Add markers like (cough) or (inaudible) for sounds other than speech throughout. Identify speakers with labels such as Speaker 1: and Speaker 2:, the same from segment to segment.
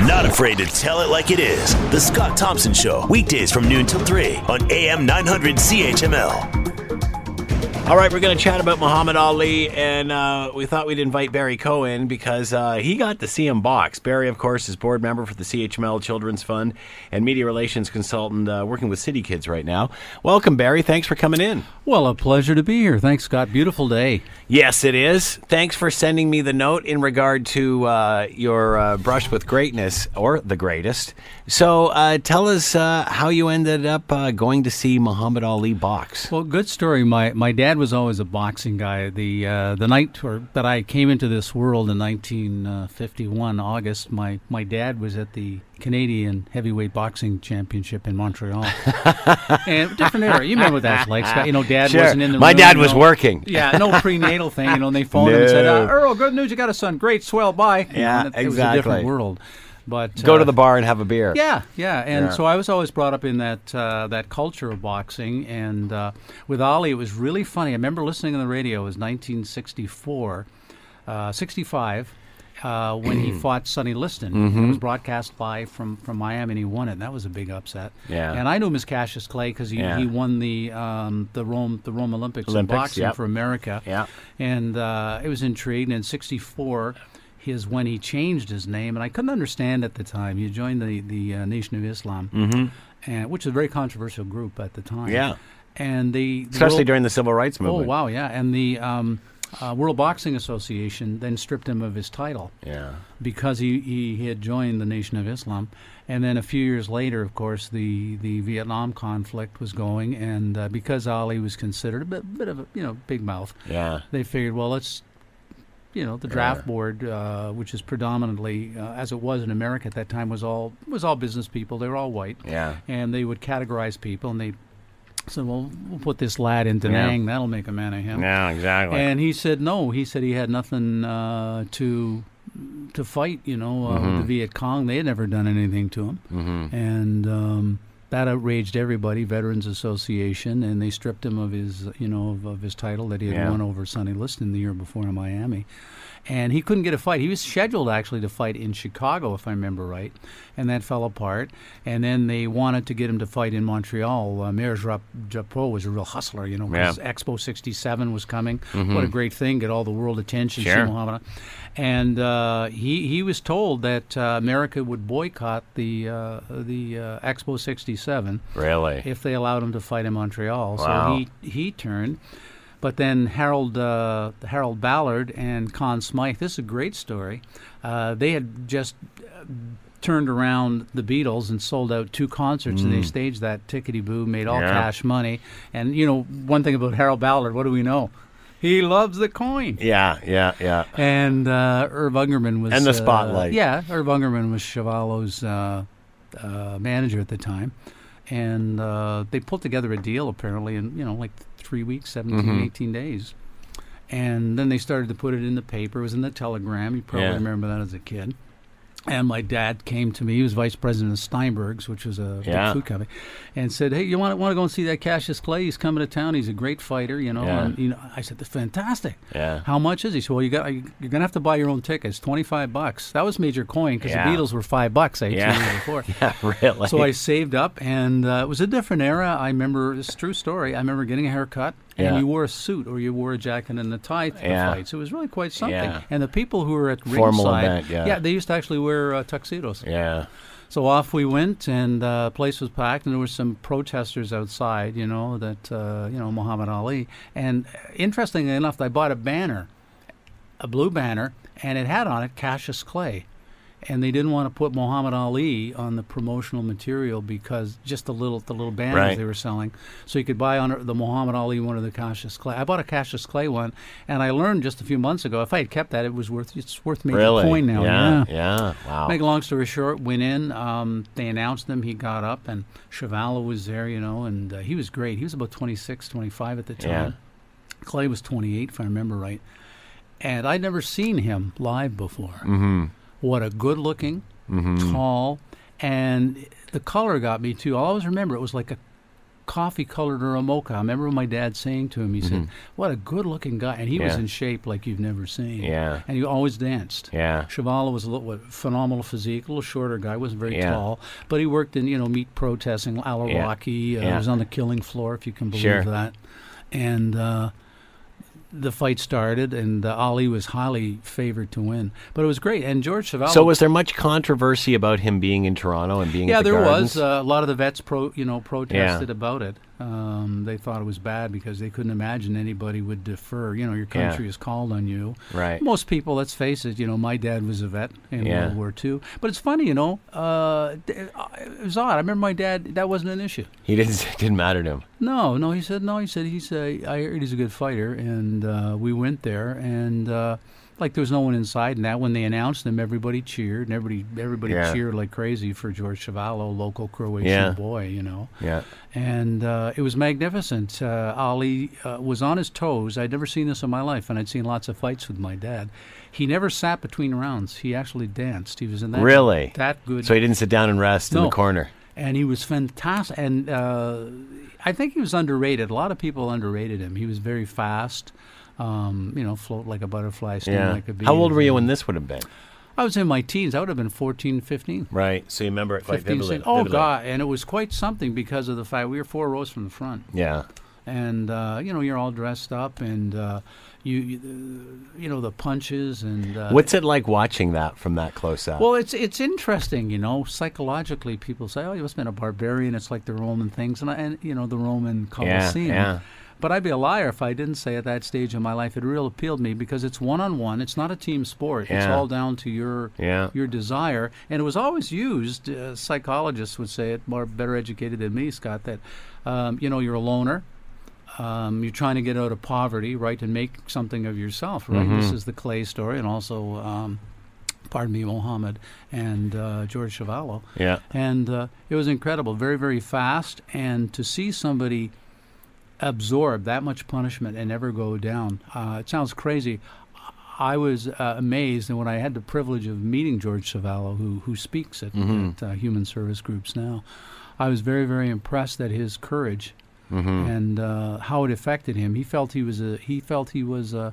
Speaker 1: Not afraid to tell it like it is. The Scott Thompson Show, weekdays from noon till 3 on AM 900 CHML.
Speaker 2: All right, we're going to chat about Muhammad Ali, and uh, we thought we'd invite Barry Cohen because uh, he got to see him box. Barry, of course, is board member for the CHML Children's Fund and media relations consultant uh, working with City Kids right now. Welcome, Barry. Thanks for coming in.
Speaker 3: Well, a pleasure to be here. Thanks, Scott. Beautiful day.
Speaker 2: Yes, it is. Thanks for sending me the note in regard to uh, your uh, brush with greatness or the greatest. So uh, tell us uh, how you ended up uh, going to see Muhammad Ali box.
Speaker 3: Well, good story. My my dad was always a boxing guy. The uh, the night or, that I came into this world in 1951, August, my my dad was at the Canadian Heavyweight Boxing Championship in
Speaker 2: (laughs)
Speaker 3: Montreal. and different era. You remember what that's like, Scott? You know, dad
Speaker 2: Sure.
Speaker 3: wasn't in the
Speaker 2: My
Speaker 3: room,
Speaker 2: dad
Speaker 3: you
Speaker 2: was
Speaker 3: know.
Speaker 2: working.
Speaker 3: Yeah,
Speaker 2: (laughs)
Speaker 3: no prenatal thing. You know, and they phoned him and said,
Speaker 2: No.
Speaker 3: uh, "Earl, good news, you got a son. Great, swell, bye."
Speaker 2: Yeah,
Speaker 3: And it, it was a
Speaker 2: exactly.
Speaker 3: different world. But
Speaker 2: Go to
Speaker 3: uh,
Speaker 2: the bar and have a beer.
Speaker 3: Yeah, yeah, and
Speaker 2: Yeah.
Speaker 3: so I was always brought up in that uh, that culture of boxing, and uh, with Ali, it was really funny. I remember listening on the radio. It was 1964, uh, 65. Uh, when
Speaker 2: (clears throat)
Speaker 3: he fought Sonny Liston,
Speaker 2: Mm-hmm.
Speaker 3: it was broadcast live from, from Miami, and he won it. And that was a big upset.
Speaker 2: Yeah.
Speaker 3: And I knew Miss Cassius Clay because he,
Speaker 2: Yeah.
Speaker 3: he won the um, the Rome the Rome Olympics,
Speaker 2: Olympics,
Speaker 3: in boxing
Speaker 2: yep.
Speaker 3: for America.
Speaker 2: Yeah.
Speaker 3: And uh, it was intriguing. In '64 is when he changed his name, and I couldn't understand at the time. He joined the the uh, Nation of Islam, and, which is a very controversial group at the time.
Speaker 2: Mm-hmm. Yeah.
Speaker 3: And the, the
Speaker 2: Especially
Speaker 3: world-
Speaker 2: during the civil rights movement.
Speaker 3: Oh wow, yeah. And the um, uh, World Boxing Association then stripped him of his title
Speaker 2: Yeah.
Speaker 3: because he, he, he had joined the Nation of Islam. And then a few years later, of course, the, the Vietnam conflict was going, and uh, because Ali was considered a bit, bit of a you know big mouth,
Speaker 2: Yeah.
Speaker 3: they figured, well, let's you know the draft board, uh, which is predominantly uh, as it was in America at that time, was all was all business people. They were all white,
Speaker 2: Yeah.
Speaker 3: and they would categorize people, and they said, well, we'll put this lad in Danang, that'll make a man of him.
Speaker 2: Yeah, exactly.
Speaker 3: And he said no. He said he had nothing uh, to to fight. You know, uh,
Speaker 2: Mm-hmm.
Speaker 3: with the Viet Cong, they had never done anything to him, and um, that outraged everybody. Veterans Association, and they stripped him of his, you know, of, of his title that he had
Speaker 2: Yeah.
Speaker 3: won over Sonny Liston the year before in Miami. And he couldn't get a fight. He was scheduled actually to fight in Chicago, if I remember right, and that fell apart. And then they wanted to get him to fight in Montreal. Uh, Mayor Jap- Japot was a real hustler, you know, 'cause
Speaker 2: Yeah. Mm-hmm.
Speaker 3: Expo 67 was coming. What a great thing! Get all the world attention. see
Speaker 2: Sure.
Speaker 3: Muhammad Ali. And uh, he he was told that uh, America would boycott the uh, the uh, Expo 67
Speaker 2: really?
Speaker 3: if they allowed him to fight in
Speaker 2: Wow.
Speaker 3: Montreal. So he he turned. But then Harold uh, Harold Ballard and Con Smythe. This is a great story. Uh, they had just uh, turned around the Beatles and sold out two concerts, and they staged that tickety boo, made all
Speaker 2: Mm. Yeah.
Speaker 3: cash money. And you know one thing about Harold Ballard. What do we know? He loves the coin
Speaker 2: Yeah, yeah, yeah.
Speaker 3: and uh, Irv Ungerman was
Speaker 2: And the
Speaker 3: uh,
Speaker 2: spotlight.
Speaker 3: yeah, Irv Ungerman was Chevallo's uh, uh, manager at the time, and uh, they pulled together a deal apparently in you know like three weeks, 17,
Speaker 2: Mm-hmm.
Speaker 3: 18 days, and then they started to put it in the paper. It was in the Telegram. You probably
Speaker 2: Yeah.
Speaker 3: remember that as a kid. And my dad came to me. He was vice president of Steinberg's, which was a
Speaker 2: Yeah.
Speaker 3: big food company, and said, "Hey, you want to want to go and see that Cassius Clay? He's coming to town. He's a great fighter, you know."
Speaker 2: Yeah.
Speaker 3: And you know, I said, "That's fantastic."
Speaker 2: Yeah.
Speaker 3: How much is he? So well, you got you're gonna have to buy your own tickets. Twenty five bucks. That was major coin because
Speaker 2: Yeah.
Speaker 3: the Beatles were five bucks. I had
Speaker 2: Yeah.
Speaker 3: seen it
Speaker 2: (laughs)
Speaker 3: before.
Speaker 2: (laughs) Yeah, really.
Speaker 3: So I saved up, and uh, it was a different era. I remember this is a true story. I remember getting a haircut,
Speaker 2: Yeah.
Speaker 3: and you wore a suit or you wore a jacket and a tie to
Speaker 2: Yeah.
Speaker 3: the fights. It was really quite something.
Speaker 2: Yeah.
Speaker 3: And the people who were at
Speaker 2: Formal
Speaker 3: ringside,
Speaker 2: event, yeah.
Speaker 3: yeah, they used to actually wear uh, tuxedos.
Speaker 2: (laughs) yeah.
Speaker 3: So off we went, and the uh, place was packed, and there were some protesters outside, you know, that, uh, you know, Muhammad Ali. And interestingly enough, I bought a banner, a blue banner, and it had on it Cassius Clay. And they didn't want to put Muhammad Ali on the promotional material because just the little the little banners
Speaker 2: Right.
Speaker 3: they were selling, so you could buy on the Muhammad Ali one or the Cassius Clay. I bought a Cassius Clay one, and I learned just a few months ago if I had kept that, it was worth it's worth major
Speaker 2: Really?
Speaker 3: coin now.
Speaker 2: yeah, Wow.
Speaker 3: Make a long story short, went in. Um, they announced him. He got up, and Chavala was there, you know, and uh, he was great. He was about 26, 25 at the time.
Speaker 2: Yeah.
Speaker 3: Clay was 28, if I remember right. And I'd never seen him live before.
Speaker 2: Mm-hmm.
Speaker 3: What a good looking, tall, and the color got me too. I always remember it was like a coffee colored or a mocha. I remember my dad saying to him, he said, "What a good-looking guy," and he was
Speaker 2: Mm-hmm. Yeah.
Speaker 3: in shape like you've never seen.
Speaker 2: Yeah.
Speaker 3: and he always danced.
Speaker 2: Yeah.
Speaker 3: Shivala was a little, what, phenomenal physique, a little shorter guy, wasn't very
Speaker 2: Yeah.
Speaker 3: tall, but he worked in you know meat protesting, Ala
Speaker 2: Yeah.
Speaker 3: Rocky. Uh,
Speaker 2: Yeah.
Speaker 3: He was on the killing floor, if you can believe
Speaker 2: Sure.
Speaker 3: that, and. Uh, the fight started, and uh, Ali was highly favored to win, but it was great. And George Chavala
Speaker 2: So was there much controversy about him being in Toronto and being?
Speaker 3: yeah,
Speaker 2: at the
Speaker 3: there
Speaker 2: Gardens?
Speaker 3: was uh, a lot of the vets pro, you know, protested about it. Um, they thought it was bad because they couldn't imagine anybody would defer. You know, your
Speaker 2: Yeah.
Speaker 3: country is called on you.
Speaker 2: Right.
Speaker 3: Most people, let's face it. You know, my dad was a vet in
Speaker 2: Yeah.
Speaker 3: World War II. But it's funny, you know, uh, d- it was odd. I remember my dad. That wasn't an issue.
Speaker 2: He didn't (laughs) it didn't matter to him.
Speaker 3: No, no, he said no. He said he's a. I heard he's a good fighter, and uh, we went there, and uh, like there was no one inside. And that when they announced him, everybody cheered, and everybody everybody
Speaker 2: Yeah.
Speaker 3: cheered like crazy for George Chavallo, local Croatian
Speaker 2: Yeah.
Speaker 3: boy, you know.
Speaker 2: Yeah.
Speaker 3: And uh, it was magnificent. Uh, Ali uh, was on his toes. I'd never seen this in my life, and I'd seen lots of fights with my dad. He never sat between rounds. He actually danced. He was in that
Speaker 2: Really?
Speaker 3: that good
Speaker 2: So he didn't sit down and rest in
Speaker 3: No.
Speaker 2: the corner.
Speaker 3: and he was fantastic. And uh, I think he was underrated. A lot of people underrated him. He was very fast. Um, you know, float like a butterfly, sting
Speaker 2: Yeah.
Speaker 3: like a bee.
Speaker 2: How old were you when this would have been?
Speaker 3: I was in my teens. I would have been 14, 15.
Speaker 2: Right. So you remember it quite
Speaker 3: 15
Speaker 2: vividly.
Speaker 3: six- oh,
Speaker 2: vividly.
Speaker 3: God. And it was quite something because of the fact we were four rows from the front.
Speaker 2: Yeah.
Speaker 3: And, uh, you know, you're all dressed up and, uh, you, you, you know, the punches and. Uh,
Speaker 2: What's it like watching that from that close up?
Speaker 3: Well, it's it's interesting, you know. Psychologically, people say, "Oh, you must have been a barbarian." It's like the Roman things, and I, and you know the Roman Colosseum.
Speaker 2: yeah.
Speaker 3: But I'd be a liar if I didn't say at that stage in my life it really appealed me because it's one on one. It's not a team sport. It's
Speaker 2: Yeah.
Speaker 3: all down to your
Speaker 2: Yeah.
Speaker 3: your desire, and it was always used. Uh, psychologists would say it more better educated than me, Scott. That um, you know you're a loner. Um, you're trying to get out of poverty, right, and make something of yourself, right? This is the Clay story, and also, um, pardon me, Mohammed and uh, George Chavallo.
Speaker 2: yeah.
Speaker 3: (laughs) And uh, it was incredible, very, very fast. And to see somebody absorb that much punishment and never go down, uh, it sounds crazy. I was uh, amazed, and when I had the privilege of meeting George Savallo, who who speaks at, at uh, Human Service Groups now, I was very, very impressed at his courage and uh, how it affected him. He felt he was a he felt he was a,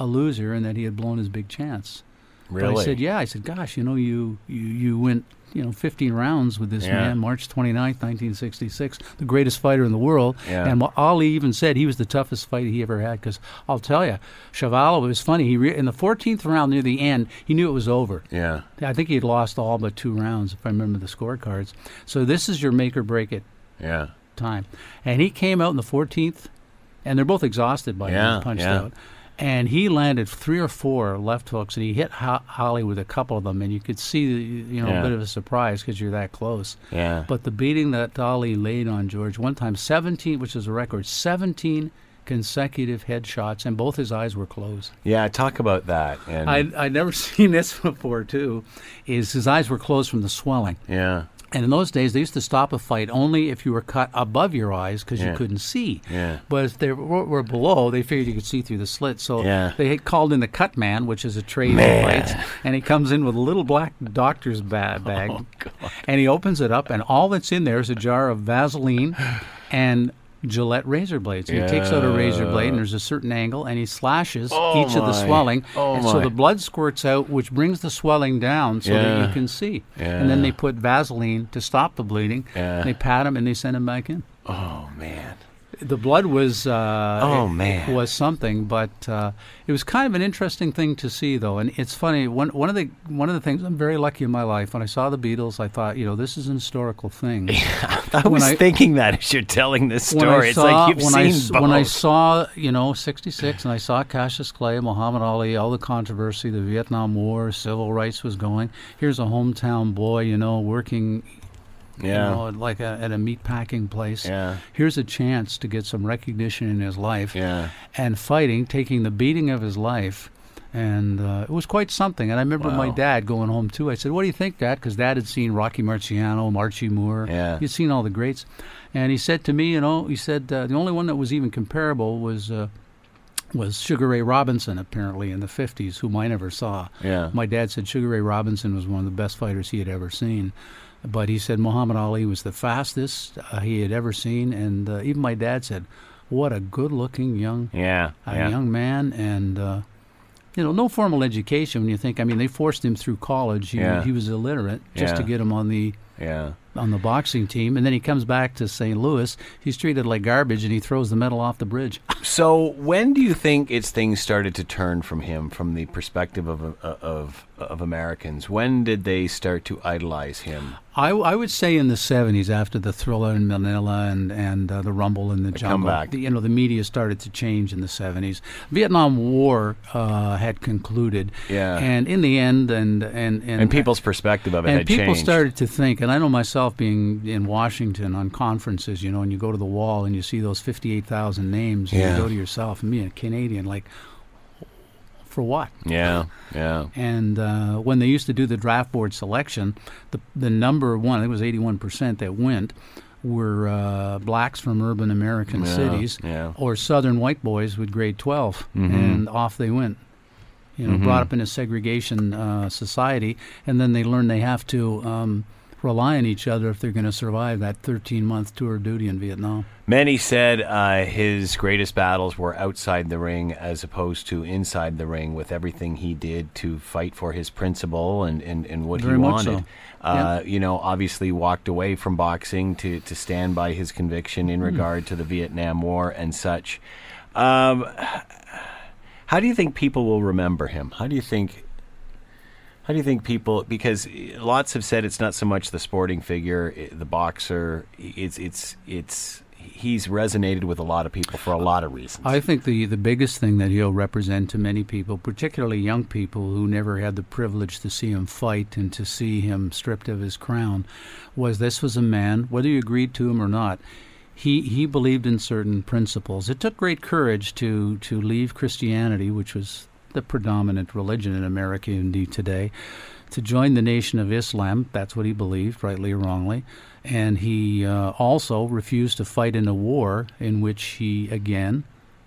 Speaker 3: a loser and that he had blown his big chance. But
Speaker 2: Really?
Speaker 3: I said, yeah. I said, gosh, you know, you you, you went, you know, 15 rounds with this
Speaker 2: Yeah.
Speaker 3: man, March 29th, 1966, the greatest fighter in the world.
Speaker 2: Yeah.
Speaker 3: And Ali even said he was the toughest fight he ever had because I'll tell you, Chavala was funny. He re- in the 14th round near the end, he knew it was over.
Speaker 2: Yeah.
Speaker 3: I think he had lost all but two rounds, if I remember the scorecards. So this is your make or break it
Speaker 2: Yeah.
Speaker 3: time. And he came out in the 14th, and they're both exhausted by
Speaker 2: Yeah,
Speaker 3: being punched
Speaker 2: yeah.
Speaker 3: out. And he landed three or four left hooks, and he hit Ho- Holly with a couple of them, and you could see, you know,
Speaker 2: Yeah.
Speaker 3: a bit of a surprise because you're that close.
Speaker 2: Yeah.
Speaker 3: But the beating that Holly laid on George one time, 17, which is a record, 17 consecutive headshots, and both his eyes were closed.
Speaker 2: yeah. Talk about that. And
Speaker 3: I I never (laughs) seen this before too. Is his eyes were closed from the swelling.
Speaker 2: yeah.
Speaker 3: And in those days, they used to stop a fight only if you were cut above your eyes because
Speaker 2: Yeah.
Speaker 3: you couldn't see.
Speaker 2: Yeah.
Speaker 3: But if they were, were below, they figured you could see through the slit. So
Speaker 2: Yeah.
Speaker 3: they had called in the cut man, which is a trade
Speaker 2: Man. Oh,
Speaker 3: in fights, and he comes in with a little black
Speaker 2: (laughs)
Speaker 3: doctor's ba- bag, and he opens it up, and all that's in there is a jar of Vaseline and. Gillette razor blades. He takes out a razor blade, and there's a certain angle, and he slashes each of the
Speaker 2: my.
Speaker 3: swelling,
Speaker 2: Oh
Speaker 3: and so
Speaker 2: my.
Speaker 3: the blood squirts out, which brings the swelling down, so that
Speaker 2: Yeah.
Speaker 3: you can see.
Speaker 2: Yeah.
Speaker 3: And then they put Vaseline to stop the bleeding.
Speaker 2: Yeah.
Speaker 3: They pat him and they send him back in.
Speaker 2: Oh man.
Speaker 3: The blood was uh,
Speaker 2: Oh,
Speaker 3: it-
Speaker 2: man.
Speaker 3: was something, but uh, it was kind of an interesting thing to see though. And it's funny one one of the one of the things I'm very lucky in my life. When I saw the Beatles, I thought you know this is an historical
Speaker 2: (laughs)
Speaker 3: thing.
Speaker 2: I
Speaker 3: When
Speaker 2: was
Speaker 3: I-
Speaker 2: (laughs) thinking that as you're telling this story, it's like you've
Speaker 3: when I,
Speaker 2: seen
Speaker 3: s-
Speaker 2: both.
Speaker 3: when I saw, you know, 66, and I saw Cassius Clay, Muhammad Ali, all the controversy, the Vietnam War, civil rights was going. Here's a hometown boy, you know, working,
Speaker 2: Yeah.
Speaker 3: you know, at like a, at a meat packing place.
Speaker 2: Yeah.
Speaker 3: Here's a chance to get some recognition in his life.
Speaker 2: Yeah.
Speaker 3: And fighting, taking the beating of his life. And uh, it was quite something. And I remember my
Speaker 2: Wow.
Speaker 3: dad going home too. I said, "What do you think, Dad?" Because Dad had seen Rocky Marciano, Marchie Moore.
Speaker 2: Yeah.
Speaker 3: He'd seen all the greats. And he said to me, you know, he said uh, the only one that was even comparable was uh, was Sugar Ray Robinson, apparently in the '50s, whom I never saw.
Speaker 2: Yeah.
Speaker 3: My dad said Sugar Ray Robinson was one of the best fighters he had ever seen. But he said Muhammad Ali was the fastest uh, he had ever seen, and uh, even my dad said, "What a good-looking young
Speaker 2: Yeah.
Speaker 3: a
Speaker 2: yeah.
Speaker 3: young man and uh, you know no formal education when you think i mean they forced him through college he,
Speaker 2: Yeah.
Speaker 3: he was illiterate just to
Speaker 2: Yeah.
Speaker 3: get him on the
Speaker 2: yeah.
Speaker 3: on the boxing team and then he comes back to st louis he's treated like garbage and he throws the medal off the bridge
Speaker 2: So when do you think it's things started to turn from him, from the perspective of uh, of of Americans? When did they start to idolize him?
Speaker 3: I, I would say in the 70s after the thriller in manila and, and uh, the rumble in the jungle
Speaker 2: comeback.
Speaker 3: the, you know the media started to change in the 70s vietnam war uh, had concluded
Speaker 2: Yeah.
Speaker 3: and in the end and and and,
Speaker 2: And people's perspective of it
Speaker 3: and
Speaker 2: had
Speaker 3: people
Speaker 2: changed.
Speaker 3: started to think and i know myself being in washington on conferences you know and you go to the wall and you see those 58000 names
Speaker 2: Yeah.
Speaker 3: and you go to yourself and me a canadian like for what
Speaker 2: yeah, yeah,
Speaker 3: and uh, when they used to do the draft board selection the, the number one it was 81% that went were uh, blacks from urban american
Speaker 2: Yeah,
Speaker 3: cities
Speaker 2: yeah. Mm-hmm.
Speaker 3: or southern white boys with grade 12 and off they went you know, brought up in a segregation uh, society, and then they learn they have to um, rely on each other if they're going to survive that 13 month tour of duty in Vietnam.
Speaker 2: Many said uh, his greatest battles were outside the ring as opposed to inside the ring with everything he did to fight for his principle and, and, and what
Speaker 3: Very
Speaker 2: he
Speaker 3: much
Speaker 2: wanted.
Speaker 3: so.
Speaker 2: Uh, You know, obviously walked away from boxing to, to stand by his conviction
Speaker 3: Hmm.
Speaker 2: in regard to the Vietnam War and such. Um, how do you think people will remember him? How do you think how do you think people? Because lots have said it's not so much the sporting figure, i- the boxer. It's it's it's he's resonated with a lot of people
Speaker 3: Uh,
Speaker 2: for a lot of reasons.
Speaker 3: I think the, the biggest thing that he'll represent to many people, particularly young people who never had the privilege to see him fight and to see him stripped of his crown, was this was a man, whether you agreed to him or not, he, he believed in certain principles. It took great courage to, to leave Christianity, which was the predominant religion in America indeed today, to join the Nation of Islam. That's what he believed, rightly or wrongly. And he uh, also refused to fight in a war in which he, again,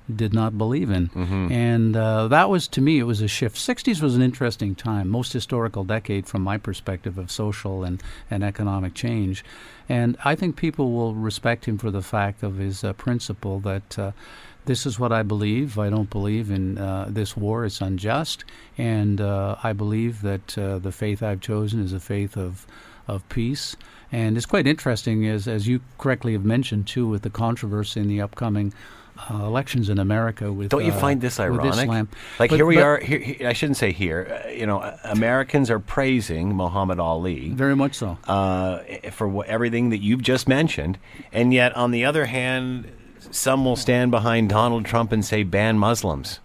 Speaker 3: did not believe in. And uh, that was, to me, it was a shift. 60s was an interesting time, most historical decade from my perspective of social and, and economic change. And I think people will respect him for the fact of his uh, principle that uh, this is what I believe. I don't believe in uh, this war. It's unjust. And uh, I believe that uh, the faith I've chosen is a faith of of peace. And it's quite interesting, as, as you correctly have mentioned, too, with the controversy in the upcoming uh, elections in America. With
Speaker 2: Don't you
Speaker 3: uh,
Speaker 2: find this
Speaker 3: with
Speaker 2: ironic?
Speaker 3: Islam.
Speaker 2: Like
Speaker 3: But-
Speaker 2: here we
Speaker 3: but
Speaker 2: are. Here, here- I shouldn't say here. Uh, you know, uh, Americans are praising Muhammad Ali.
Speaker 3: Very much so.
Speaker 2: uh, for wh- everything that you've just mentioned. And yet, on the other hand, some will stand behind Donald Trump and say ban Muslims.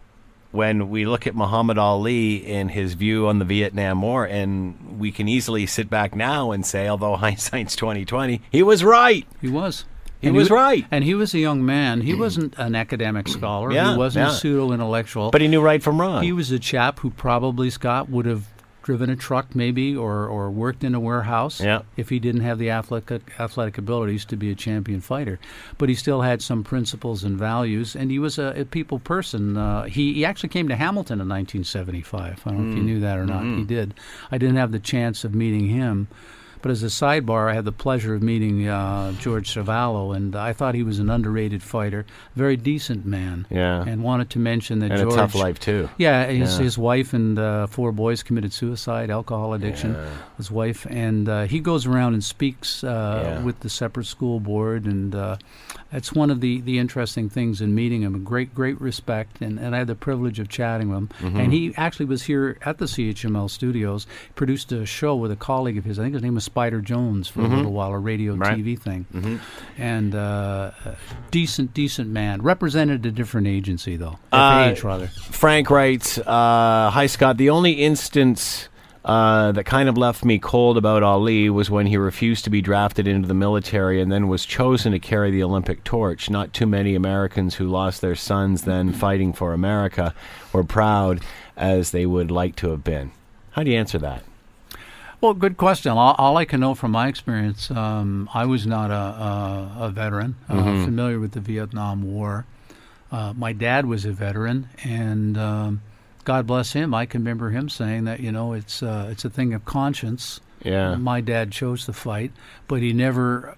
Speaker 2: When we look at Muhammad Ali and his view on the Vietnam War, and we can easily sit back now and say, although (laughs) hindsight's twenty twenty, he was right.
Speaker 3: He was.
Speaker 2: He was
Speaker 3: wa-
Speaker 2: right.
Speaker 3: And he was a young man. He wasn't an academic scholar.
Speaker 2: Yeah,
Speaker 3: he wasn't
Speaker 2: yeah.
Speaker 3: a pseudo intellectual.
Speaker 2: But he knew right from wrong.
Speaker 3: He was a chap who probably Scott would have driven a truck, maybe, or or worked in a warehouse.
Speaker 2: Yeah.
Speaker 3: If he didn't have the athletic athletic abilities to be a champion fighter, but he still had some principles and values, and he was a, a people person. Uh, he he actually came to Hamilton in 1975. I don't know if you
Speaker 2: Mm.
Speaker 3: knew that or not. He
Speaker 2: Mm-hmm.
Speaker 3: did. I didn't have the chance of meeting him. But as a sidebar, I had the pleasure of meeting uh, George Cervallo, and I thought he was an underrated fighter, very decent man.
Speaker 2: Yeah.
Speaker 3: And wanted to mention that
Speaker 2: and
Speaker 3: George
Speaker 2: a tough life too.
Speaker 3: yeah, his,
Speaker 2: Yeah.
Speaker 3: his wife and uh, four boys committed suicide, alcohol addiction. His wife, and uh, he goes around and speaks uh,
Speaker 2: Yeah.
Speaker 3: with the separate school board, and uh, that's one of the, the interesting things in meeting him. Great, great respect, and, and I had the privilege of chatting with him.
Speaker 2: Mm-hmm.
Speaker 3: And he actually was here at the CHML studios, produced a show with a colleague of his. I think his name was Spider Jones for a little while, a radio
Speaker 2: Mm-hmm. Right. Mm-hmm.
Speaker 3: TV thing, and uh, a decent, decent man. Represented a different agency though,
Speaker 2: Uh,
Speaker 3: FAH rather.
Speaker 2: Frank writes, uh, "Hi Scott. The only instance uh, that kind of left me cold about Ali was when he refused to be drafted into the military and then was chosen to carry the Olympic torch. Not too many Americans who lost their sons then fighting for America were proud as they would like to have been. How do you answer that?
Speaker 3: Well, good question. All, all I can know from my experience, um, I was not a, a, a veteran,
Speaker 2: Mm-hmm.
Speaker 3: uh, familiar with the Vietnam War. Uh, my dad was a veteran, and um, God bless him. I can remember him saying that you know it's uh, it's a thing of conscience
Speaker 2: Yeah.
Speaker 3: My dad chose to fight, but he never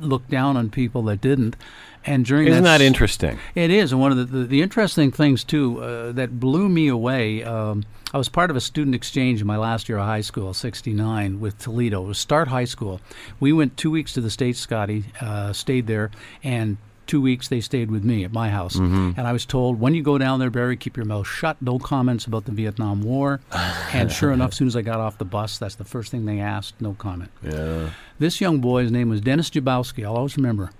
Speaker 3: looked down on people that didn't. And during
Speaker 2: Isn't that
Speaker 3: s-
Speaker 2: interesting?
Speaker 3: It is. And one of the, the, the interesting things, too, uh, that blew me away. Um, I was part of a student exchange in my last year of high school, 69, with Toledo. It was Start High School. We went two weeks to the States, Scotty, uh, stayed there, and two weeks they stayed with me at my house. And I was told, when you go down there, Barry, keep your mouth shut, no comments about the Vietnam War. and sure enough, as soon as I got off the bus, that's the first thing they asked, no comment.
Speaker 2: Yeah.
Speaker 3: This young boy, his name was Dennis Jabowski, I'll always remember.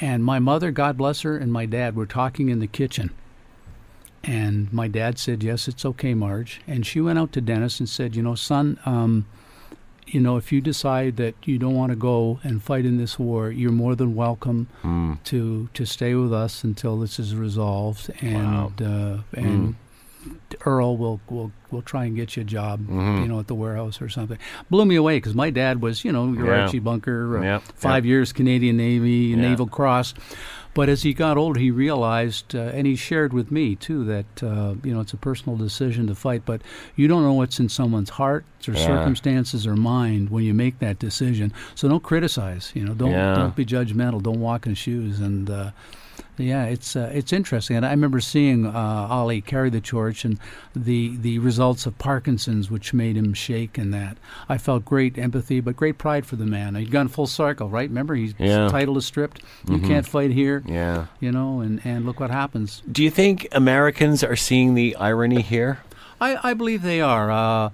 Speaker 3: And my mother, God bless her, and my dad were talking in the kitchen. And my dad said, Yes, it's okay, Marge. And she went out to Dennis and said, You know, son, um, you know, if you decide that you don't want to go and fight in this war, you're more than welcome
Speaker 2: Hmm.
Speaker 3: to to stay with us until this is resolved. And uh,
Speaker 2: Hmm.
Speaker 3: and Earl will will will try and get you a job,
Speaker 2: Mm-hmm.
Speaker 3: you know, at the warehouse or something. Blew me away because my dad was, you know, your
Speaker 2: Yeah.
Speaker 3: Archie Bunker, uh,
Speaker 2: Yep,
Speaker 3: five
Speaker 2: yep.
Speaker 3: years Canadian Navy, Naval Cross. But as he got older, he realized, uh, and he shared with me too, that uh, you know it's a personal decision to fight, but you don't know what's in someone's heart or circumstances or mind when you make that decision. So don't criticize. You know, don't
Speaker 2: Yeah.
Speaker 3: don't be judgmental. Don't walk in shoes. And uh, yeah, it's uh, it's interesting. And I remember seeing uh, Ali carry the torch and the the results of Parkinson's, which made him shake. And that I felt great empathy, but great pride for the man. He'd gone full circle, right? Remember, he's
Speaker 2: Yeah. Mm-hmm.
Speaker 3: title is stripped. You can't fight here.
Speaker 2: Yeah.
Speaker 3: You know, and, and look what happens.
Speaker 2: Do you think Americans are seeing the irony here?
Speaker 3: I, I believe they are. Uh,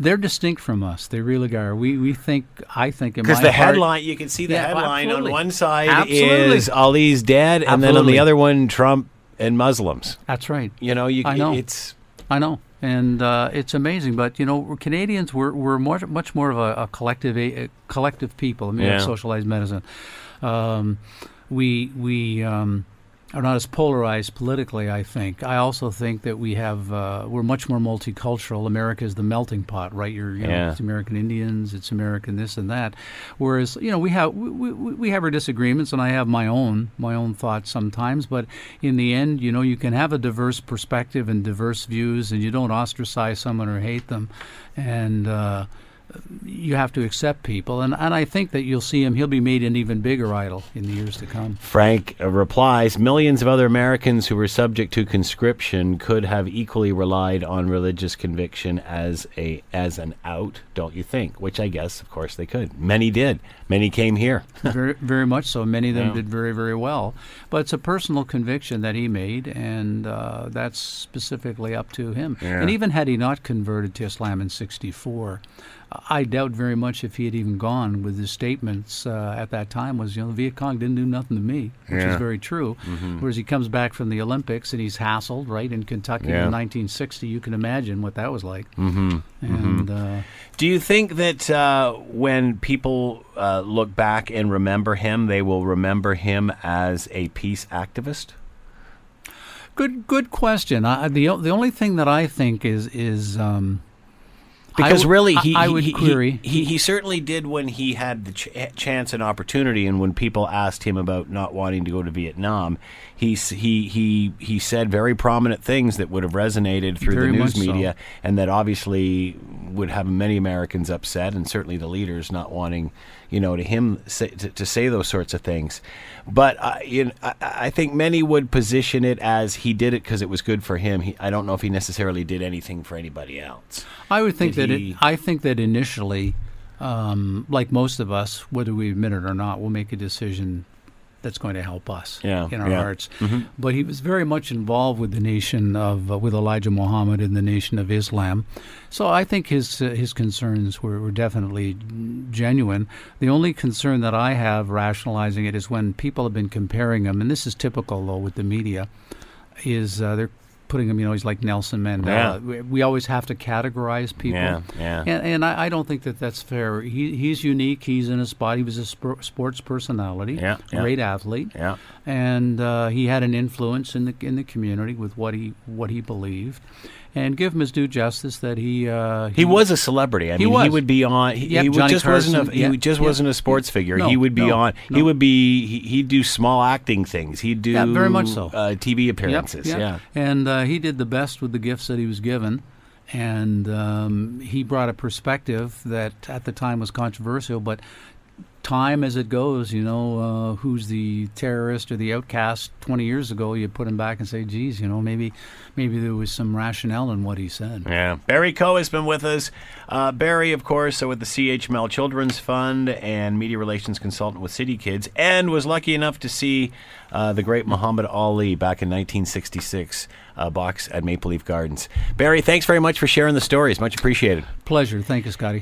Speaker 3: they're distinct from us. They really are. We we think. I think in
Speaker 2: Because
Speaker 3: my
Speaker 2: the
Speaker 3: heart-
Speaker 2: headline, you can see the
Speaker 3: Yeah,
Speaker 2: headline
Speaker 3: absolutely.
Speaker 2: on one side
Speaker 3: Absolutely.
Speaker 2: is Ali's dead, and then on
Speaker 3: Absolutely.
Speaker 2: the other one, Trump and Muslims.
Speaker 3: That's right.
Speaker 2: You know, you
Speaker 3: I know.
Speaker 2: it's
Speaker 3: I know, and uh, it's amazing. But you know, we're Canadians we're we're more, much more of a, a collective a, a collective people. I mean,
Speaker 2: Yeah.
Speaker 3: of socialized medicine. Um, we we um, are not as polarized politically. I think. I also think that we have uh, we're much more multicultural. America is the melting pot, right? You're, you know,
Speaker 2: Yeah.
Speaker 3: it's American Indians, it's American this and that. Whereas you know we have we, we, we have our disagreements, and I have my own my own thoughts sometimes. But in the end, you know, you can have a diverse perspective and diverse views, and you don't ostracize someone or hate them, and. Uh, you have to accept people, and, and I think that you'll see him. He'll be made an even bigger idol in the years to come.
Speaker 2: Frank uh, replies millions of other Americans who were subject to conscription could have equally relied on religious conviction as a as an out, don't you think? Which I guess, of course, they could. Many did. Many came here.
Speaker 3: very, very much so. Many of them
Speaker 2: Yeah.
Speaker 3: did very, very well. But it's a personal conviction that he made, and uh, that's specifically up to him.
Speaker 2: Yeah.
Speaker 3: And even had he not converted to Islam in 64, I doubt very much if he had even gone with his statements uh, at that time was, you know, the Viet Cong didn't do nothing to me, which
Speaker 2: Yeah. Mm-hmm.
Speaker 3: is very true. Whereas he comes back from the Olympics and he's hassled, right, in Kentucky
Speaker 2: Yeah.
Speaker 3: in 1960. You can imagine what that was like. Mm-hmm. And Uh,
Speaker 2: (laughs) Do you think that uh, when people uh, look back and remember him, they will remember him as a peace activist?
Speaker 3: good, good question. I, I- the, o- the only thing that I think is, is um, I
Speaker 2: Because
Speaker 3: would-
Speaker 2: really,
Speaker 3: I-
Speaker 2: he,
Speaker 3: I
Speaker 2: he-
Speaker 3: would
Speaker 2: he,
Speaker 3: query.
Speaker 2: He, he certainly did when he had the ch- chance and opportunity, and when people asked him about not wanting to go to Vietnam, he s- he he he said very prominent things that would have resonated through
Speaker 3: Very
Speaker 2: the news
Speaker 3: much so.
Speaker 2: media, and that obviously would have many Americans upset, and certainly the leaders not wanting, you know, to him say, to, to say those sorts of things. But I, you know, I, I think many would position it as he did it because it was good for him. He, I don't know if he necessarily did anything for anybody else.
Speaker 3: I would think
Speaker 2: Did
Speaker 3: that
Speaker 2: he-
Speaker 3: it, I think that initially, um, like most of us, whether we admit it or not, we'll make a decision that's going to help us
Speaker 2: Yeah,
Speaker 3: in our
Speaker 2: yeah. Mm-hmm.
Speaker 3: hearts. But he was very much involved with the nation of uh, with Elijah Muhammad and the nation of Islam, so I think his uh, his concerns were, were definitely genuine. The only concern that I have rationalizing it is when people have been comparing him, and this is typical though with the media is uh, they're putting him, you know, he's like Nelson Mandela.
Speaker 2: Yeah.
Speaker 3: We, we always have to categorize people.
Speaker 2: Yeah, yeah.
Speaker 3: And, and I, I don't think that that's fair. He, he's unique. He's in his spot. He was a spor- sports personality,
Speaker 2: Yeah, yeah.
Speaker 3: great athlete,
Speaker 2: Yeah.
Speaker 3: and uh, he had an influence in the in the community with what he what he believed. And give him his due justice that he uh,
Speaker 2: He was a celebrity. I
Speaker 3: He
Speaker 2: mean, he
Speaker 3: was.
Speaker 2: would be on. He,
Speaker 3: Yep,
Speaker 2: he would-
Speaker 3: Johnny
Speaker 2: just wasn't a.
Speaker 3: Carson,
Speaker 2: He
Speaker 3: yeah,
Speaker 2: just
Speaker 3: yeah.
Speaker 2: wasn't a sports figure.
Speaker 3: No,
Speaker 2: he would be
Speaker 3: no,
Speaker 2: on. He
Speaker 3: no.
Speaker 2: would be. He, he'd do small acting things. He'd do.
Speaker 3: Yeah, very much so.
Speaker 2: Uh, TV
Speaker 3: Yep,
Speaker 2: appearances.
Speaker 3: yep.
Speaker 2: Yeah.
Speaker 3: And uh, he did the best with the gifts that he was given. and um, he brought a perspective that at the time was controversial, but time as it goes, you know, uh, who's the terrorist or the outcast 20 years ago, you put him back and say, geez, you know, maybe maybe there was some rationale in what he said.
Speaker 2: Yeah. Barry Coe has been with us. Uh, Barry, of course, uh, with the CHML Children's Fund and media relations consultant with City Kids, and was lucky enough to see uh, the great Muhammad Ali back in 1966 uh, box at Maple Leaf Gardens. Barry, thanks very much for sharing the stories. Much appreciated.
Speaker 3: Pleasure. Thank you, Scotty.